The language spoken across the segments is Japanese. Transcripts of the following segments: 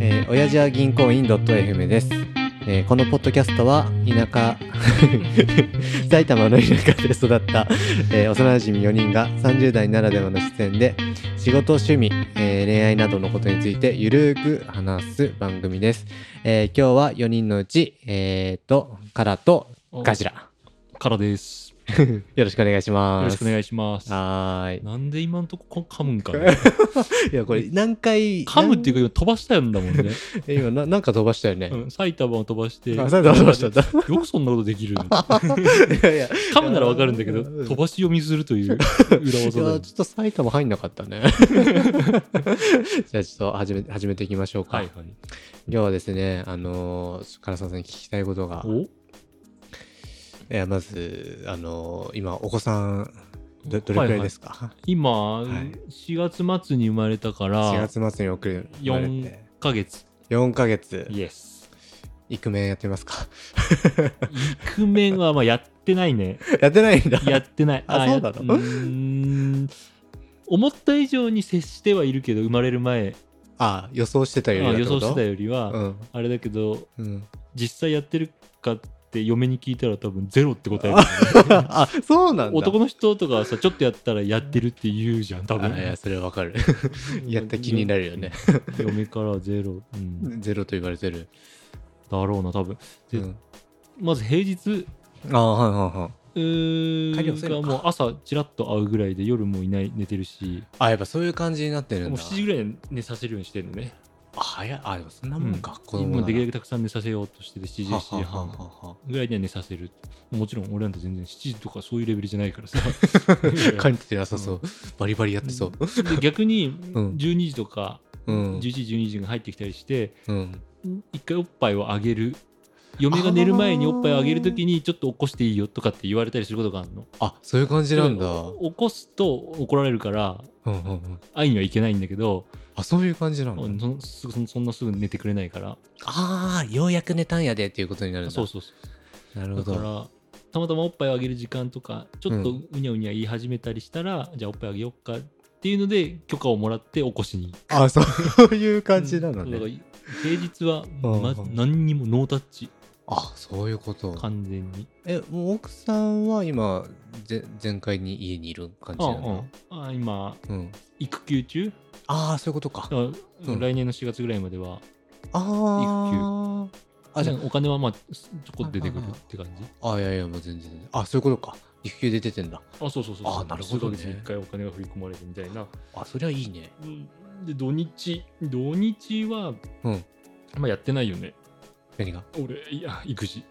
えー、親父は銀行員 .fm です、えーこのポッドキャストは田舎 埼玉の田舎で育った、えー幼馴染4人が30代ならではの視点で仕事趣味、えー恋愛などのことについてゆるーく話す番組です、えー今日は4人のうちえー、とカラとガジラからです。よろしくお願いしますよろしくお願いいします。はーいなんで今んとこ噛むんかね。いやこれ何回噛むっていううか今飛ばしたんだもんね。今ななんか飛ばしたよね、うん埼玉を飛ばして。あ埼玉飛ば したんだよくそんなことで きる。噛いやいやむならわかるんだけど、うん飛ばし読みする という裏い技やだ。ちょっと埼玉入んなかった ね。じゃあちょっと始め始めていきましょうか。はいはい。今日はですね、あのー、唐沢さんに聞きたいことが、おいやまず、あのー、今、お子さんど、どれくらいですか、今、はい4月末に生まれたから、 ?4 月末に送る生まれ4て、ヶ月。 4ヶ月、イエス。イクメンやってますか イクメンはまあやってな いね。やってないんだ。やってない。あそうなのやうーん思った以上に接してはいるけど、生まれる前、あ、予想してたよりあだっ予てこ想としてたよりは、うん。あれだけど、 うん、実際やってるかって嫁に聞いたら多分ゼロって答えるよね、あ、そうなんだ。 男の人とかはさ、ちょっとやったらやってるって言うじゃん、多分あい。や、それわかる。 やった気になるよね。嫁からはゼロ、うん、だゼロと言われてる。ろうな、多分。でうん、まず平日あ、はいはいはい。うーん帰り遅いのがかもう朝ちらっと会うぐらいで夜もいない、寝てるし、あ、やっぱそういう感じになってるんもうだ。 7時ぐらいに寝させるようにしてるのね。あ早い。あ、でもそんなもんか。子供な今らできるだけたくさん寝させようとしてて、7時、は7は時はは半。はぐらいには寝させるもちろん俺なんて全然7時とかそういうレベルじゃないか らさ感じてなさそう。バリバリやってそう。で逆にうん12時とかうん11時12時が入ってきたりしてうん。一回おっぱいをあげる嫁が寝る前におっぱいをあげるときにちょっと起こしていいよとかって言われたりすることがあるのあ、そういう感じなんだ。うん起こすと怒られるからうんうん。会いにはいけないんだけど、あ、そういう感じなのそんすぐそんそんなすぐ寝てくれないからああ、ようやく寝たんやでっていうことになるんだ。。そうそうそうなるほうだかど。らたまたまおっぱいをあげる時間とかちょっとううにゃうにゃ言い始めたりしたら、じゃあおっぱいあげよっかっていうので許可をもらって起こしにあ、そういう感じなのだからね。平日は、うんま、何にもノータッチあ、そういうこと。完全にえ、もう奥さんは今、ぜ全開に家にいる感じなのああ今うん。育休中ああ、そういうことかだ。から、うん来年の4月ぐらいまではああ。あ、じゃあなんかお金はまあちょこっと出てくるって感じあ、いやいや、もう全然。あ、そういうことか。育休で出てんだ。あそうそうそうそうあなるほどね数ヶ月に1回お金が振り込まれるみたいなあ、そりゃいいね。うんで土日土日は、うんまあやってないよね何 が俺いや 育児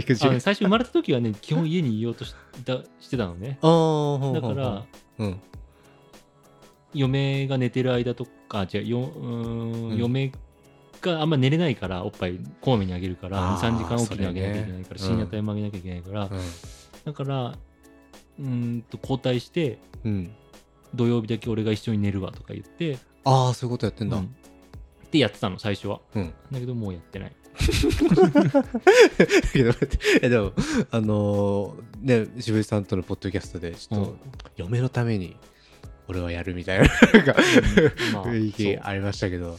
育児あの最初生まれた時はね基本家にいようとしだしてたのねあーほんほんだほかんらうん。嫁が寝てる間とか違うようーんうん嫁があんま寝れないからおっぱいこまめにあげるからあー23時間おきにあげなきゃいけないから、それね深夜帯もあげなきゃいけないから、うん。だからうーんと交代してうん。土曜日だけ俺が一緒に寝るわとか言って、ああ、そういうことやってんだ。ううんでやってたの最初はん。 だけどもうやってないだけど待ってえでも、あのー、ね、渋井さんとのポッドキャストで、ちょっう んと、嫁のために、俺はやるみたいな、なんか、 まあ雰囲気そうありましたけど。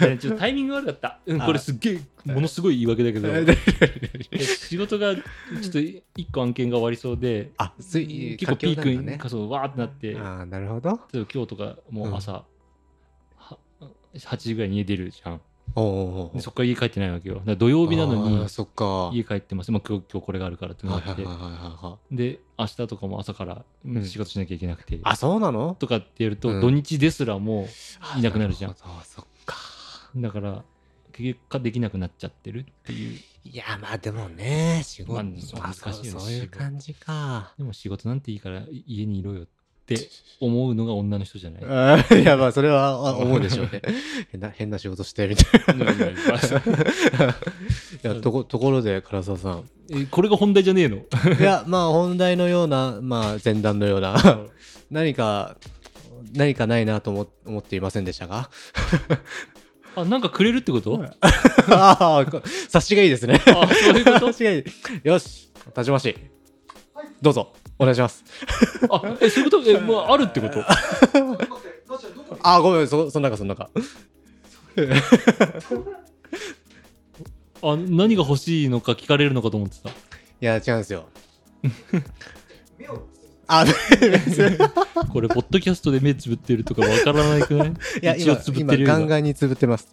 でちょっとタイミング悪かった、うん、これすっげえものすごい言い訳だけどで仕事がちょっと一個案件が終わりそうであ、つい、結構ピーク環境なんにだねかそうわーってなってああ、なるほど。例えば今日とかもう朝、は8時ぐらいに家出るじゃんおうおうおうでそっから家帰ってないわけよだから土曜日なのあにーそっか。は家帰ってます、まあ、今日今日これがあるからっていなはいっはて、いはいはい。で明日とかも朝からうんうん仕事しなきゃいけなくて、あ、そうなのとかってやると、うん土日ですらもいなくなるじゃんあほどそっか。うだから結果できなくなっちゃってるっていういや、まあでもね、仕事、まあまあ、難しいよそねうそういう感じか。でも仕事なんていいからい家にいろよって思うのが女の人じ ゃないいや、まあそれはあ 思うでしょうね。変な、変な仕事して、みたいな。いやとこ、ところで、唐沢さん。えこれが本題じゃねえのいや、まあ本題のような、まあ前段のような、何か、何かないなと思思っていませんでした かあなんかくれるってことああ、こ察しがいいですね。あそういうこと察しがいい。よし、田島氏、どうぞ、お願いします。あえそういうことえもうあるってことあ、ごめん、そ、そんなか、そんなか。あ何が欲しいのか聞かれるのかと思ってたいや違うんです よあ目をつぶるこれポッドキャストで目つぶってるとかわからないくないいや一応今つぶっ今てるよガンりはガンにつぶってます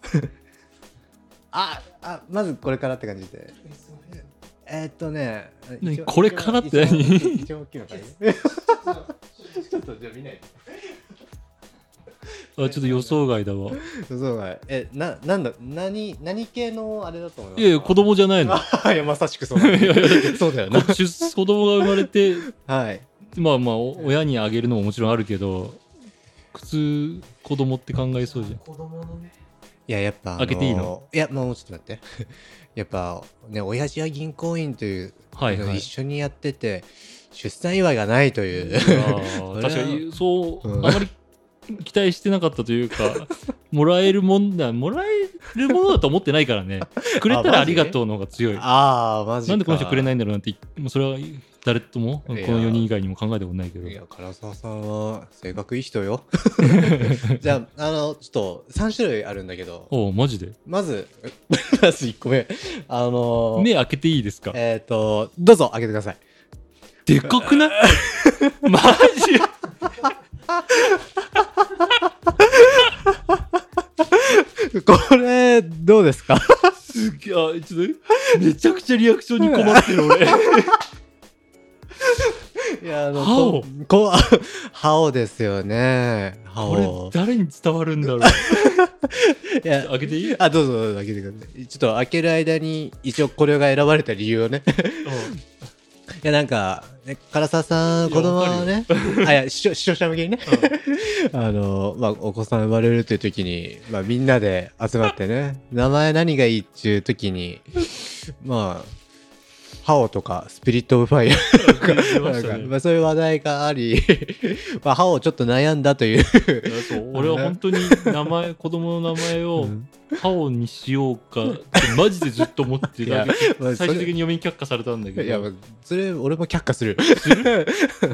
ああまずこれからって感じでえーっとね何一応これからって何一応一応大きいの かいちょっとじゃあ見ないであちょっと予想外だわそうかいえななんだ何何系のあれだと思いますいやいや子供じゃない のあいやまさしくそうなんだよそうだよなこ出子供が生まれて はいまあまあお親にあげるのももちろんあるけど普通子供って考えそうじゃん子供のねいややっぱあの開けていいのいやもうちょっと待って やっぱね親父は銀行員というはいはい一緒にやってて出産祝いがないというあー確かにそう、うんあまり期待してなかったというかもらえるもんだもらえるものだと思ってないからねくれたらありがとうの方が強い ああマジかなんでこの人くれないいんだろうなんてもうそれは誰ともこのいや4人以外にも考えたことないけどいや唐沢さんは性格いい人 よ じゃああのちょっと3種類あるんだけどおうマジでまず まず1個目あの目開けていいですかえっ、とどうぞ開けてくださいでかくない マジこれどうですかすげえあちょっとめちゃくちゃリアクションに困って るい俺やあ歯をここ歯をですよね歯これを誰に伝わるんだろいうや開けていい あどうぞどうぞ開けてくださいちょっと開ける間に一応これが選ばれた理由を ねういやなんか、ね、唐沢さんい子や供はねあいや視聴視聴者向けにね あの、まあ、お子さん生まれるという時に、まあ、みんなで集まってね名前何がいいっちゅう時にまあハオとかスピリット・オブ・ファイアん出まなんしかたねまあ、そういう話題があり、 まあ、歯をちょっと悩んだという、いやそう俺は本当に名前 子供の名前をハオにしようかってマジでずっと思っていやた最まあそれ終的に嫁に却下されたんだけいやどそれ俺も却下する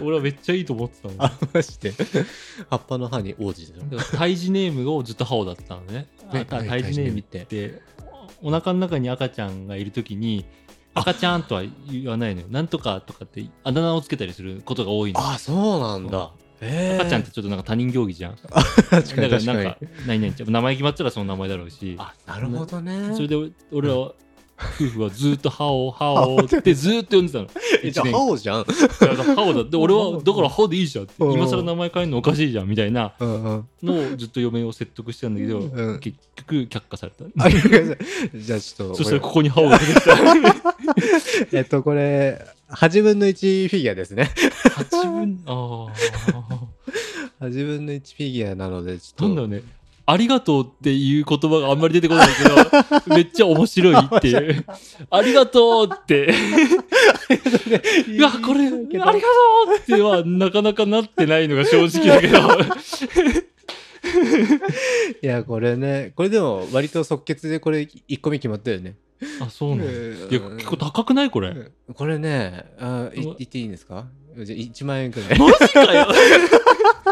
俺はめっちゃいいと思ってたもんだかあまして葉っぱの歯に王子だよら胎児ネームをずっとハオだったのねねあ胎児ネームってお腹の中に赤ちゃんがいる時に赤ちゃんとは言わないのよなんとかとかってあだ名をつけたりすることが多いのあそうなんだええ赤ちゃんってちょっとなんか他人行儀じゃんだか確からになん確かかに何々ちゃん名前決まったらその名前だろうしあなるほどねそれで俺俺らは夫婦はずーっと「ハオ ハオ」ってずーっと呼んでたの。えじ一ゃあ年歯王じゃんだからハオだって俺はだからハオでいいじゃんってうん今更名前変えるのおかしいじゃんみたいなうんうんのをずっと嫁を説得してたんだけど、うん結局却下された。ありがとうございますじゃあちょっとそしたらここにハオが出てきた。えっとこれ8分の1フィギュアですね8分あ8分の1フィギュアなのでちあょなんっとだろうねありがとうっていう言葉があんまり出てこない けどめっちゃ面白いっていうありがとうっていや、これ、ありがとうっては、なかなかなってないのが正直だけど。いやこれねこれでも割と即決でこれ1個目決まったよね あ、そうなの。いいや、結構高くないこれ。これねあいうん言っていいんですかじゃあ1万円くらいマジかよ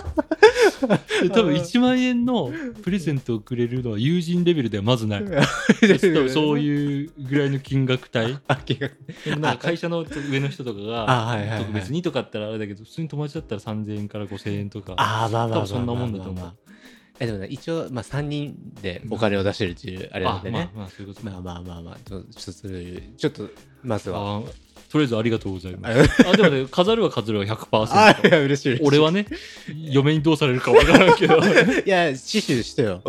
多分1万円のプレゼントをくれるのは友人レベルではまず ない。多分そう ういうぐらいの金額 帯。なんか会社の上の人とかあはいはいはがい特別にとかあったらあれだけど、普通に友達だったら3000円から5000円とか。ああまあまあまあまあまあ多分そんなもんだと思うまあまあえでもね一応まあ3人でお金を出してるっていうあれなんでまあね、まあ、そういうこと。まあまあまあまあちょっとちょっとそれちょっとまずはあーとりあえずありがとうございます。ああ、でもね、飾るは飾るは100%。あいや嬉しい嬉しい俺はね、嫁にどうされるかわからんけど。いや死守して よ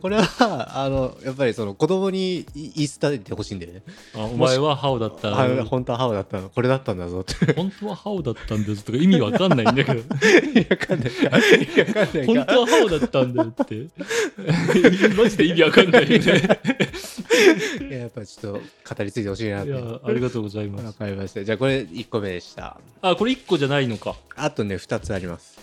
これはあのやっぱりその子供にい言い伝えてほしいんだよねあお前はハオだった。あ本当はハオだったのこれだったんだぞ って本当はハオだったんですとか意味わかんないんだ けど。いやわかんないかいやわかんないか本当はハオだったんだよって。 マジで意味わかんない よね。いややっぱちょっと語り継いでほしいなっいてや、ありがとうございまわす。かりましたじゃあこれ1個目でしたあ、これ1個じゃないのか。あとね2つあります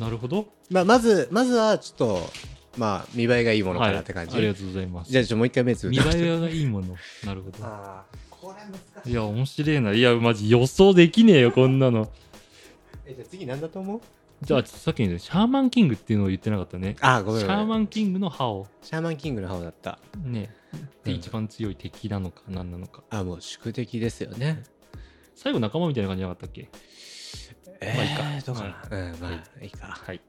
なるほど。まあ、まず、まずは、ちょっと、まあ、見栄えがいいものかなって感じ。はいありがとうございますじ。ゃあ、ちょっともう一回目つぶっ見て栄えがいいも の。なるほど。あーこれ難しい。いや、面白いな。いや、マジ予想できねえよ、こんなの。え、じゃあ次何だと思うじゃあ、ちょっとさっきにシャーマンキングっていうのを言ってなかったね。あ、ごめんシごャめーんマンキングの歯を、シャーマンキングの方だった。ね、でうん一番強い敵なのか、何なのか。あ、もう宿敵ですよね。最後、仲間みたいな感じじゃなかったっけえまあいいかどうかな。うん、まあ、いいか。はい。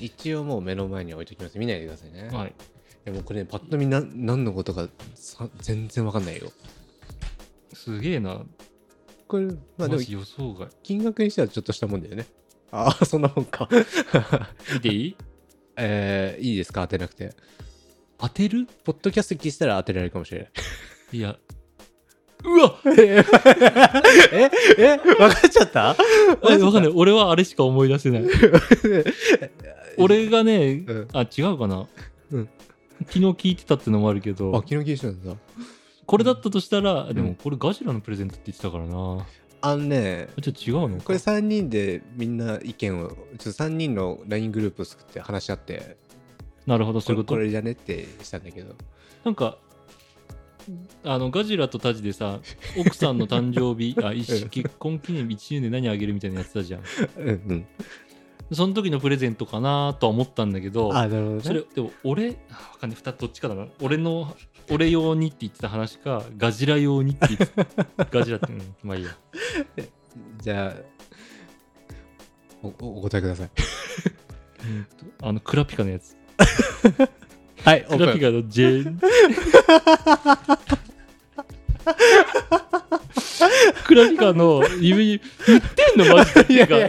一応もう目の前に置いときます。見ないでくださいね。はい。でもこれ、パッと見な、何のことかさ全然わかんないよ。すげえな。これ、まあでマも、ジ予想外。金額にしてはちょっとしたもんだよね。ああ、そんなもんか。見てい いえー、いいですか当てなくて。当てるポッドキャスト聞いてたら当てられるかもしれない。いや。う わえ ええ分かっちゃったあわかんない。俺はあれしか思い出 せない。俺がね、うんあ、違うかな。うん昨日聞いてたってのもあるけあ、ど、昨日聞いてたんだ。これだったとしたら、でうもんこれガジラのプレゼントって言ってたからな。あのね、あちょっと違うのかこれ3人でみんな意見を、ちょっと3人の LINE グループを作って話し合って、なるほど、こそういれうこ。ことれじゃねってしたんだけど。なんか、あのガジラとタジでさ、奥さんの誕生日、あ一 うん結婚記念日1周年で何あげるみたいなやつだじゃん。 うんうん。その時のプレゼントかなとは思ったんだけど、あ、なるほどね。それでも俺あわかんない2つどっちかだな俺の俺用にって言ってた話かガジラ用にって言って たガジラって、うん、まあいいやじゃあ、おおお答えください。あのクラピカのやつ はい、オクーラピプン。カの J クラピカの指言ってんのマジでいや。ちょっ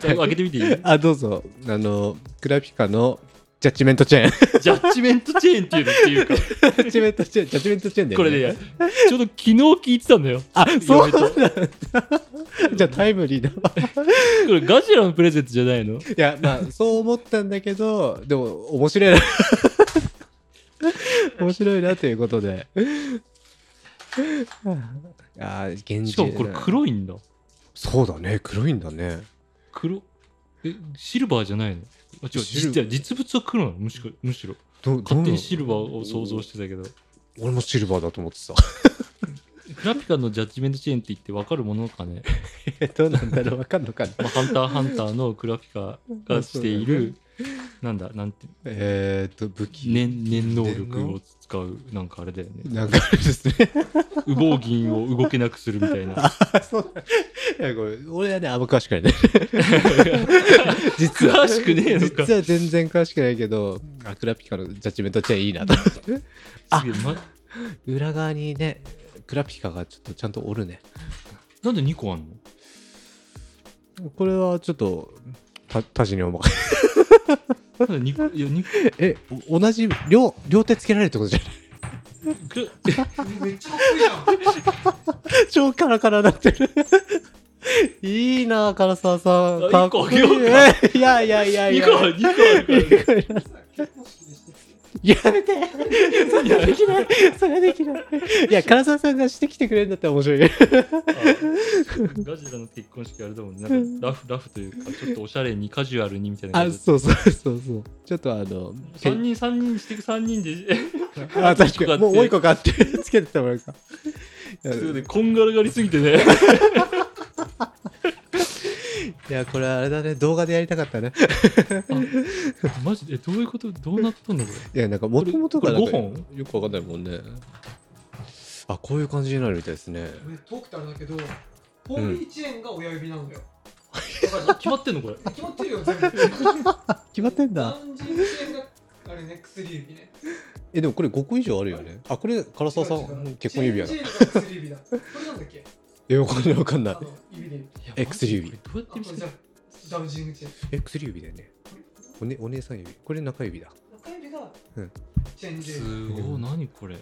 と開けてみていいあ、どうぞ。あの、クラピカのジャッジメントチェーン。 ジジャッジメントチェーンっていうのっていうかャッジメントチェーン、ジャッジメントチェーンだよこれね。ねちょうど昨日聞いてたんだよあ、そうな嫁とんだ。 じゃあタイムリーだわ。いこれガジラのプレゼントじゃないのや、まあ、そう思ったんだけど、でも、面白い な。面白いなということで。ああ、現実。しかもこれ黒いんだそうだね、黒いんだね。黒えシルバーじゃないのあ違うシル実実物は黒なのむしろむしろど勝手にシルバーを想像て。してたけど俺もシルバーだと思って た。グラピカのジャッジメントチェーンって言って分かるものか ね、えどうなんだろう、わかんのかな。まあ、ハンターハンターのグラピカがしているなんだなんてえっと、武器。念念能力を使うなんかあれだよ ねなんかあれですね。 羽毛銀を動けなくするみたいなあそうだいや、これ、俺はね、あんま詳しくないね。実は。詳しくねえのか実は全然詳しくないけど、アクラピカのジャッジメントチェーンいいなと。 あすげえま裏側にね、クラピカがちょっとちゃんとおるね。なんで2個あんのこれはちょっと、た、たじに思う。なんで2個いや二個え、お同じ、両、両手つけられるってことじゃないくめっちゃかっこいいじゃん。超カラカラになってる。いいな唐沢さん。あ一個あげようかえいやいやいやい 二や。個ある二個あるから結婚式でしてやめてそ れはできないそれはできないいや唐沢さんがしてきてくれるんだったら面白いあガジラの結婚式あれだもんね。なんかラフラフというか、ちょっとおしゃれにカジュアルにみたい なあ感じで。そうそうそうそうちょっとあの3人、3人してく3 人で、あ確かにもうもう一個買ってつけてたもらうかいやすごいねこんがらがりすぎて ね。いやこれあれだね動画でやりたかったねあマジで、えどういうことどうなったんだこ いやなんかもともとがなんかこれ五本よくわかんないもんねあこういう感じになるみたいですね俺トークってあれだけど、ホーリーチェーンが親 指なんだよ。れ。あ決まってんのこれ。決まってるよ、全部。決まってんだランジーチェーンが、あれね、薬指ね。えでもこれ5個以上あるよねあこれ唐沢さん結婚指輪だチェーンが薬指だ。これなんだっけえわかんないわかんないあの、指で。え薬指これどうやっあてこ見せれるじゃあダウジングチェーン。え薬指だよねお,、ね、お姉さん指これ中指だ中指がうんチェーンジェーン。すごい、何これ。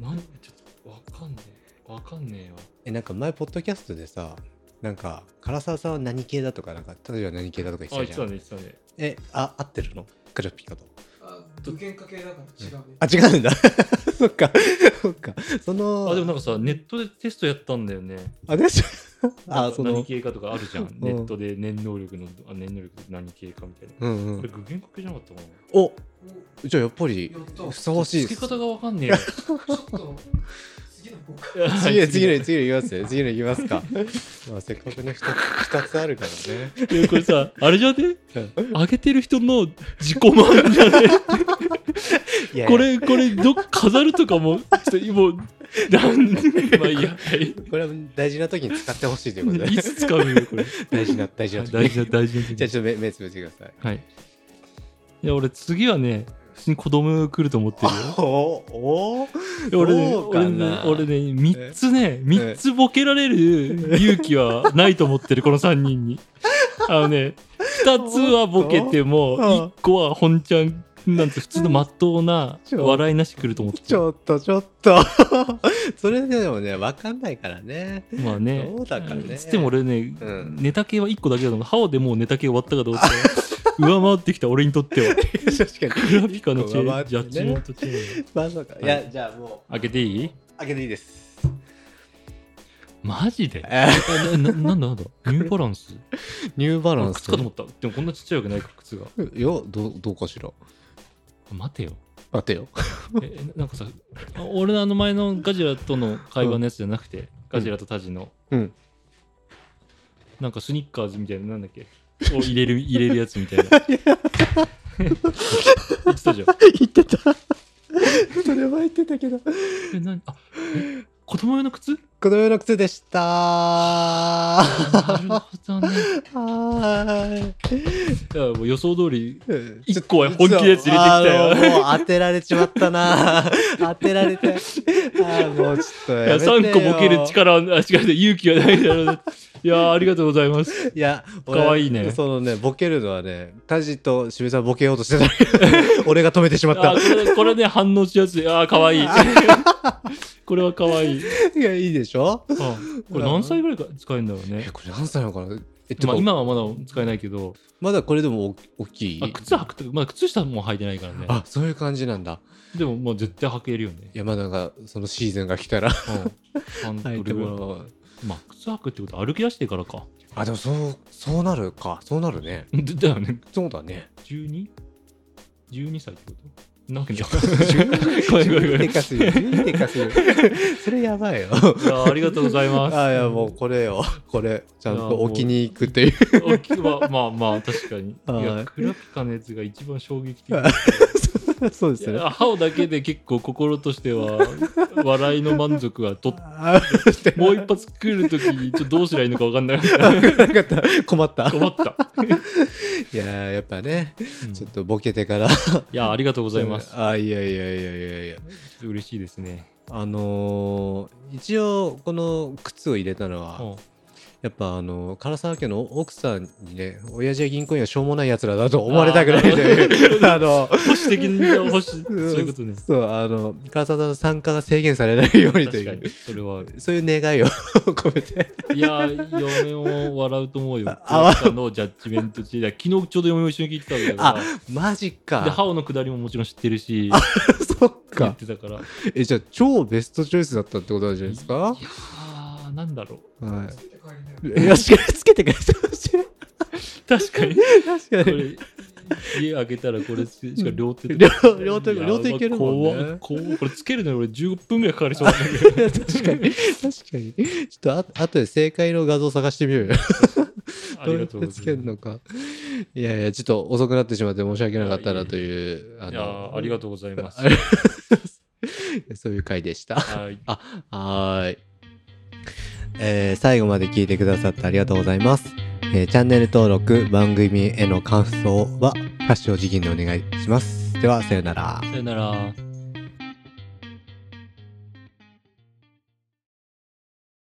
何ちょっと、わかんねえ。わかんねえわ。えなんか前ポッドキャストでさなんか唐沢さんは何系だとかなんか例えば何系だとか言あ、言っっててたじゃたんね、言っえてたね。あ合ってるのクラピカとあ、具現化系だから違うね。あ違うんだ そっかそっかそのあ、でもなんかさ、ネットでテストやったんだよね。あでしょなんあかそ何の系かとかあるじゃん。ネットで念能力の、あ念能力何系かみたいな。うんうこれん具現化系じゃなかったかなおおじゃあやっぱりやったふさわしい付けす方がわかんねえよ。ちょっと、す次の5 次の次の次の言いますよ次の言いますか まあせっかくね 2, つあるからね いやこれさ、あれじゃね上げてる人の自己満じゃねいやいやこれ、これ、どっ飾るとかも、ちょっともう、なん、まあいいや、はい。これは大事な時に使ってほしいということでいつ使うよ、これ。大事な大事な時大事な、大事じゃなあ。ちょっと目目つぶってくださいはい。いや、俺、次はね、普通に子供来ると思ってるよ。おおいや俺ね、そうか俺ねな、俺ね、3つね、3つボケられる勇気はないと思ってる、この3人に。あのね、2つはボケても、うん1個は本ちゃんなんて普通のまっとうなちょ笑いなし来ると思ってちる。ょっとちょっと それでもね分かんないからねまあね。そうだからねつっても俺ね、うんネタ系は1個だけだのが、ハオでもうネタ系終わったかどう か、上回ってきた俺にとっては。確かにグラピカのチ一個ェ上回っーン、てねジャッジメントチェーン。まさかいはやじゃあも開けていいう開けていいですマジでええなななんだなんだニューバランスニューバランス靴かと思った。でもこんなちっちゃいわけないか、靴が。いやどどうかしら待てよ。待てよえなんかさ俺のあの前のガジラとの会話のやつじゃなくて、ガジラとタジのうんなんかスニッカーズみたいななんだっけを入 れる入れるやつみたいな言ってたじゃん言ってたそれは言ってたけどえ何あえ子供用 の靴このような靴でしたはなるほどねーいやもう予想通りい一個は本気のやつ入れてきたよあーもうもう当てられちまったな当てられてあーもうちょっといややめてよ3個ボケる力はあ違う勇気はないだろうないやありがとうございますいやかわいいねそのねボケるのはねタジと渋沢ボケようとしてたけど俺が止めてしまあったこれこれね反応しやすいあーかわ いいこれはかわいいいやいいでしょあこれ何歳ぐらいから使えるんだろうえね。これ何歳なのかなえってまかあ、今はまだ使えないけど、まだこれでもお大きいあ靴履くと、まあ、靴下も履いてないからね。あそういう感じなんだでも、もう絶対履ける よね。いやまあなんかそのシーズンが来たらうん。履いてもらおどれぐらういまあ、靴履くってことは歩き出してか らか。 あでもそうそうなるかそうなるねでだよね。そうだね 12?12 歳ってことなわけない。 ごめんごめんごめんでかすぎ るでかすぎるそれやばいよいやありがとうございます。あいやもうこれよこれちゃんいやともう置きに行くっていうおきまあまあまあ、確かに。いはいや、クラピカのやつが一番衝 撃的。 そうでいや歯をだけで結構心としては、 笑いの満足はとっあもう一発来るときにちょっとどうすりゃいいのか分かんなかった。分からなかった困った困った。いやーやっぱねうんちょっいとボケてからや、ありがとうございます。あいやいやいやいやいや嬉しいですね。あのー一応この靴を入れたのは、うんやっぱあの唐沢家の奥さんにね親父や銀行員はしょうもないやつらだと思われたくないという あの保守的に保守、そう うんいうことね。 そうあの唐沢さんの参加が制限されないようにと確いかう に、それはある。そういう願いを込め ていや、嫁も笑うと思うよ。 あわああのジャッジメント中で、昨日ちょうど嫁も一緒に聞いてたわけだかマジら。で、かハオのくだりももちろん知ってるし、 そっ言かってたから。いえじゃあ超ベストチョイスだったってことなんじゃないですかやー、なんだろう。はつけて帰りないよ。よしつけてくれてほしい確かに、こ確かにれ、家開けたらこれしか両手で両両手両手いけるもんねいや怖っ怖っこれつけるのに俺15分ぐらいかかりそうなんだけど。確かに確かにちょっとああとで正解の画像探してみようよ あどうやりがっとうごてざいまつす。けるのかいやいやちょっと遅くなってしまって申し訳なかったなというあいやーありがとうございます。あはれそういう回でしたい。はーい、えー最後まで聞いてくださってありがとうございます、えーチャンネル登録番 組への感想は発祥時期にお願いしますではさようならさよなら。